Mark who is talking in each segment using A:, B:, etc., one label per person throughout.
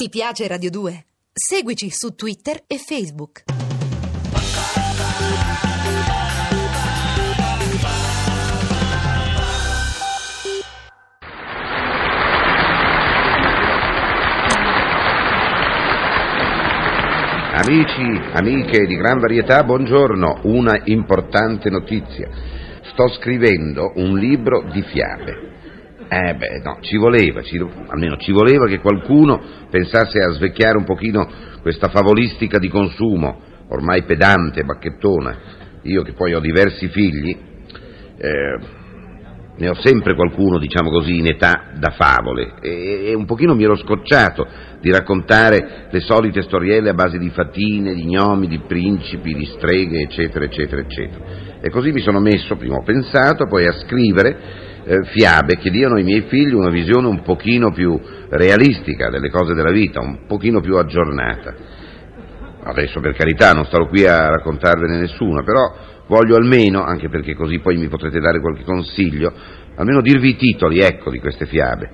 A: Ti piace Radio 2? Seguici su Twitter e Facebook.
B: Amici, amiche di gran varietà, buongiorno. Una importante notizia. Sto scrivendo un libro di fiabe. Eh beh, no, ci voleva, ci- almeno ci voleva che qualcuno pensasse a svecchiare un pochino questa favolistica di consumo, ormai pedante, bacchettona. Io che poi ho diversi figli, eh, ne ho sempre qualcuno, diciamo così, in età da favole e, e un pochino mi ero scocciato di raccontare le solite storielle a base di fatine, di gnomi, di principi, di streghe, eccetera, eccetera, eccetera. E così mi sono messo, prima ho pensato, poi a scrivere eh, fiabe che diano ai miei figli una visione un pochino più realistica delle cose della vita, un pochino più aggiornata. Adesso per carità non starò qui a raccontarvene nessuna, però voglio almeno, anche perché così poi mi potrete dare qualche consiglio, almeno dirvi i titoli, ecco, di queste fiabe.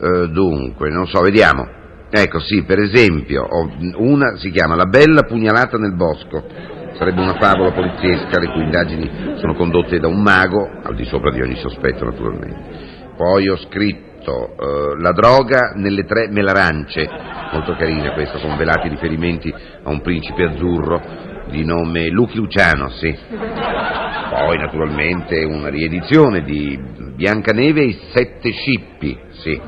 B: Eh, dunque, non so, vediamo. Ecco, sì, per esempio, ho- una si chiama La bella pugnalata nel bosco. Sarebbe una favola poliziesca le cui indagini sono condotte da un mago, al di sopra di ogni sospetto naturalmente. Poi ho scritto eh, La droga nelle tre melarance, molto carina questa, con velati riferimenti a un principe azzurro di nome Luchi Luciano, sì. Poi naturalmente una riedizione di Biancaneve e i sette scippi, sì.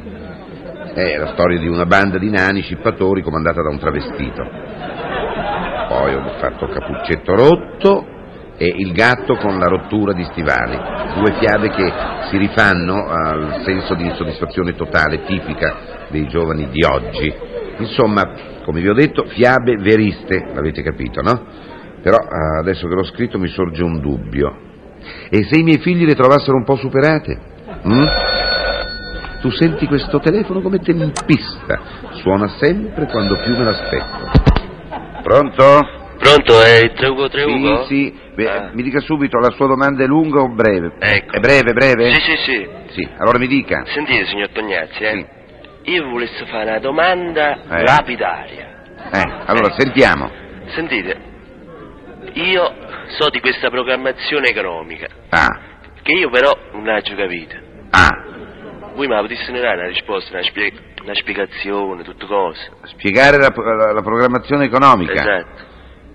B: È la storia di una banda di nani scippatori comandata da un travestito. Poi ho fatto Capuccetto rotto e Il gatto con la rottura di stivali, due fiabe che si rifanno al senso di insoddisfazione totale tipica dei giovani di oggi. Insomma, come vi ho detto, fiabe veriste, l'avete capito, no? Però eh, adesso che l'ho scritto mi sorge un dubbio. E se i miei figli le trovassero un po' superate? Mm? Tu senti questo telefono come tempista, suona sempre quando più me l'aspetto. Pronto?
C: Pronto, è il 313 Ugo?
B: Sì, sì. Beh,
C: Ah.
B: Mi dica subito, la sua domanda è lunga o breve?
C: Ecco.
B: È breve, breve?
C: Sì, sì, sì.
B: Sì, allora mi dica.
C: Sentite, signor Tognazzi, eh. Io volessi fare una domanda
B: Eh.
C: lapidaria.
B: Eh, allora sentiamo.
C: Sentite, io so di questa programmazione economica,
B: Ah,
C: che io però non ho capito.
B: ah,
C: Voi mi potete dare una risposta, una, spie- una spiegazione, tutte cose.
B: spiegare la, la- la programmazione economica.
C: Esatto.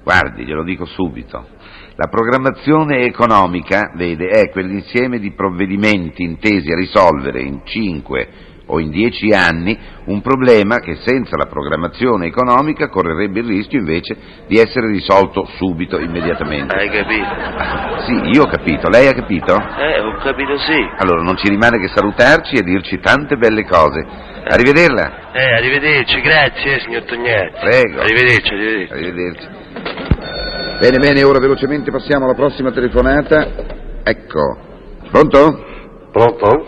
B: Guardi, glielo dico subito. La programmazione economica, vede, è quell'insieme di provvedimenti intesi a risolvere in 5 o in 10 anni un problema che senza la programmazione economica correrebbe il rischio invece di essere risolto subito, immediatamente.
C: Hai capito?
B: Sì, io ho capito, lei ha capito?
C: Eh, ho capito sì.
B: Allora non ci rimane che salutarci e dirci tante belle cose. Arrivederla.
C: Eh, arrivederci, grazie, eh, signor Tognazzi.
B: Prego.
C: Arrivederci, arrivederci.
B: Arrivederci. Bene, bene, ora velocemente passiamo alla prossima telefonata. Ecco. Pronto?
D: Pronto?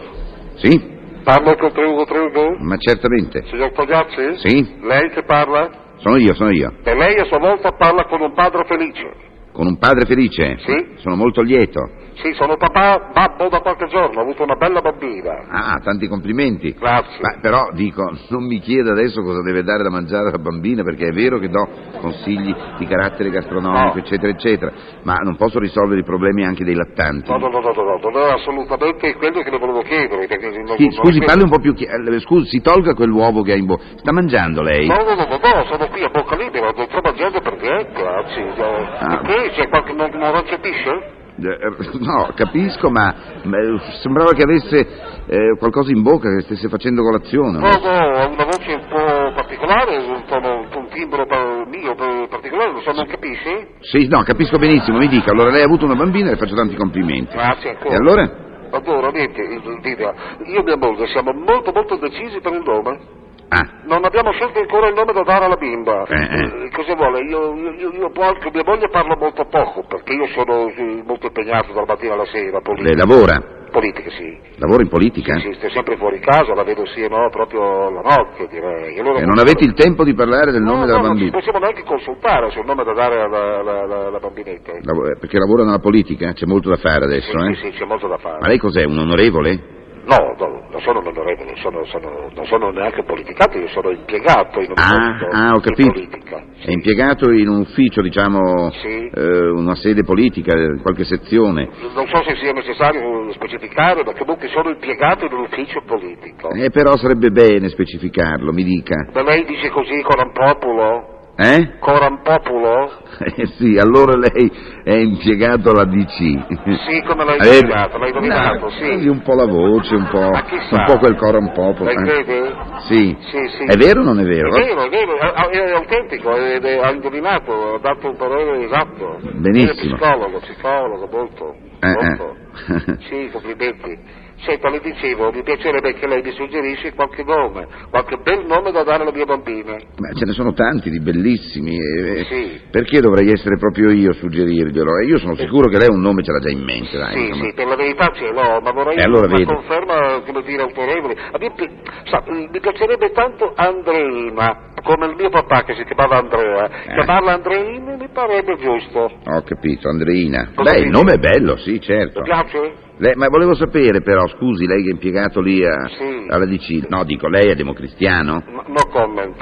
B: Sì?
D: Parlo con 3131?
B: Ma certamente.
D: Signor Togliazzi?
B: Sì?
D: Lei che parla?
B: Sono io, sono io.
D: E lei a sua volta parla con un padre felice.
B: Con un padre felice.
D: Sì.
B: Sono molto lieto.
D: Sì, sono papà, babbo da qualche giorno, ho avuto una bella bambina.
B: Ah, tanti complimenti.
D: Grazie.
B: Ma però dico, non mi chieda adesso cosa deve dare da mangiare alla bambina, perché è vero che do consigli di carattere gastronomico,
D: No.
B: eccetera, eccetera, ma non posso risolvere i problemi anche dei lattanti.
D: No, no, no, no, no, no, non era assolutamente quello che le volevo chiedere. Perché non,
B: Sì,
D: non-
B: scusi, parli un po' più chi- eh, Scusi, si tolga quell'uovo che ha in bocca. Sta mangiando lei?
D: No, no, no, no, no, sono qui a bocca libera, non sto mangiando per niente, anzi, eh,
B: Ah.
D: perché c'è qualche non, non capisce?
B: Eh, eh, No, capisco, ma, ma, eh, sembrava che avesse eh, qualcosa in bocca, che stesse facendo colazione.
D: No, no, ha una voce un po' particolare, un tono, un timbro per- mio per- particolare, non so, non capisci?
B: Sì, no, capisco benissimo, mi dica. Allora, lei ha avuto una bambina e le faccio tanti complimenti.
D: Grazie ancora.
B: E allora?
D: Allora, niente, Lidia, io e mia moglie siamo molto molto decisi per il nome.
B: Ah,
D: Non abbiamo scelto ancora il nome da dare alla bimba.
B: Eh, eh.
D: Eh, Cosa vuole? Io, io, io, io poi anche mia moglie parlo molto poco, perché io sono eh, molto impegnato dalla mattina alla sera, politica,
B: lei lavora?
D: politica sì.
B: Lavora in politica? eh?
D: Sì, sto sempre fuori casa, la vedo sì e no proprio la notte, direi. Allora-
B: E Eh, non avete il tempo di parlare del nome
D: Ecco. No,
B: della
D: no, Non ci
B: bambina?
D: possiamo neanche consultare sul nome da dare alla, alla- alla- alla bambinetta.
B: Lav- eh, perché lavora nella politica? C'è eh, molto da fare adesso,
D: sì,
B: eh?
D: sì, sì, c'è molto da fare.
B: Ma lei cos'è, un onorevole?
D: No, no, non sono un onorevole, sono- sono- non sono neanche politicato, io sono impiegato in un
B: Ah,
D: ufficio
B: ah, ho
D: di
B: capito.
D: politica.
B: È impiegato in un ufficio, diciamo,
D: Sì.
B: eh, una sede politica, eh, qualche sezione.
D: Non so se sia necessario specificare, ma comunque sono impiegato in un ufficio politico.
B: Eh, però sarebbe bene specificarlo, mi dica.
D: Ma lei dice così, coram populo?
B: Eh?
D: Coram populo?
B: Eh, sì, allora lei è impiegato alla DC.
D: Sì, come l'ho
B: Eh,
D: impiegato, l'ho indovinato,
B: no,
D: sì.
B: Un po' la voce, un po',
D: Ma chi sa?
B: un po' quel coro un po'.
D: Lei vede?
B: Sì.
D: Sì, sì.
B: È vero o non è vero?
D: È vero, è vero, è, è autentico, è, è- ha indovinato, ha dato un parere esatto.
B: Benissimo.
D: È psicologo, psicologo, molto.
B: Eh,
D: molto.
B: eh.
D: Sì, complimenti. Senta, le dicevo, mi piacerebbe che lei mi suggerisse qualche nome, qualche bel nome da dare alle mie bambine.
B: Ma ce ne sono tanti di bellissimi. eh, eh,
D: Sì.
B: Perché dovrei essere proprio io a suggerirglielo? Eh, Io sono sicuro che lei un nome ce l'ha già in mente, dai.
D: sì,
B: Ah, insomma.
D: sì, per la verità ce l'ho, ma vorrei
B: Eh, allora
D: una
B: vedo.
D: conferma, come dire, autorevole. A me pi- sa, eh, mi piacerebbe tanto Andreina, come il mio papà che si chiamava Andrea.
B: Eh.
D: Chiamarla Andreina mi parebbe giusto.
B: Ho capito, Andreina.
D: Cosa
B: Beh, il
D: dici?
B: nome è bello, sì,
D: Mi
B: certo.
D: piace?
B: Lei- ma volevo sapere però, scusi, lei che è impiegato lì a-
D: Sì.
B: alla DC. No, dico, lei è democristiano?
D: No, no comment.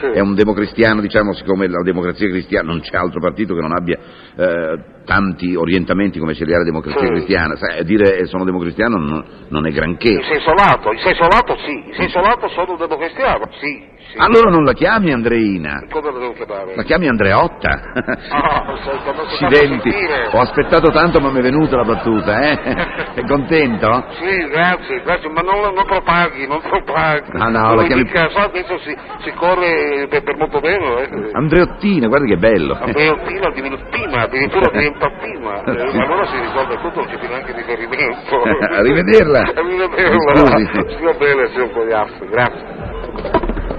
D: Sì.
B: È un democristiano, diciamo, siccome la democrazia cristiana non c'è altro partito che non abbia eh, tanti orientamenti come ce li ha la democrazia
D: Sì.
B: cristiana. Sai, dire eh, sono democristiano non, non è
D: In
B: granché.
D: senso lato, in senso lato sì, in senso lato sono un democristiano, sì, sì.
B: Allora non la chiami Andreina,
D: Come lo devo chiamare?
B: la chiami Andreotta.
D: Ah, senta, non si fa
B: Accidenti, Oh.
D: sentire.
B: ho aspettato tanto ma mi è venuta la battuta, eh? È contento?
D: Sì, grazie, grazie, ma non, non propaghi, non propaghi.
B: Ah, no,
D: Non
B: la
D: mi
B: chiami-
D: dica, sa, adesso si, si corre per, per molto meno, eh.
B: Andreottina, guarda che bello.
D: Andreottina diventa Pima, addirittura diventa Pima,
B: Eh. Sì. Eh,
D: eh, allora si risolve tutto, non c'è più neanche riferimento.
B: Arrivederla.
D: Arrivederla.
B: Mi scusi.
D: Stia bene, signor Cogliasso, grazie.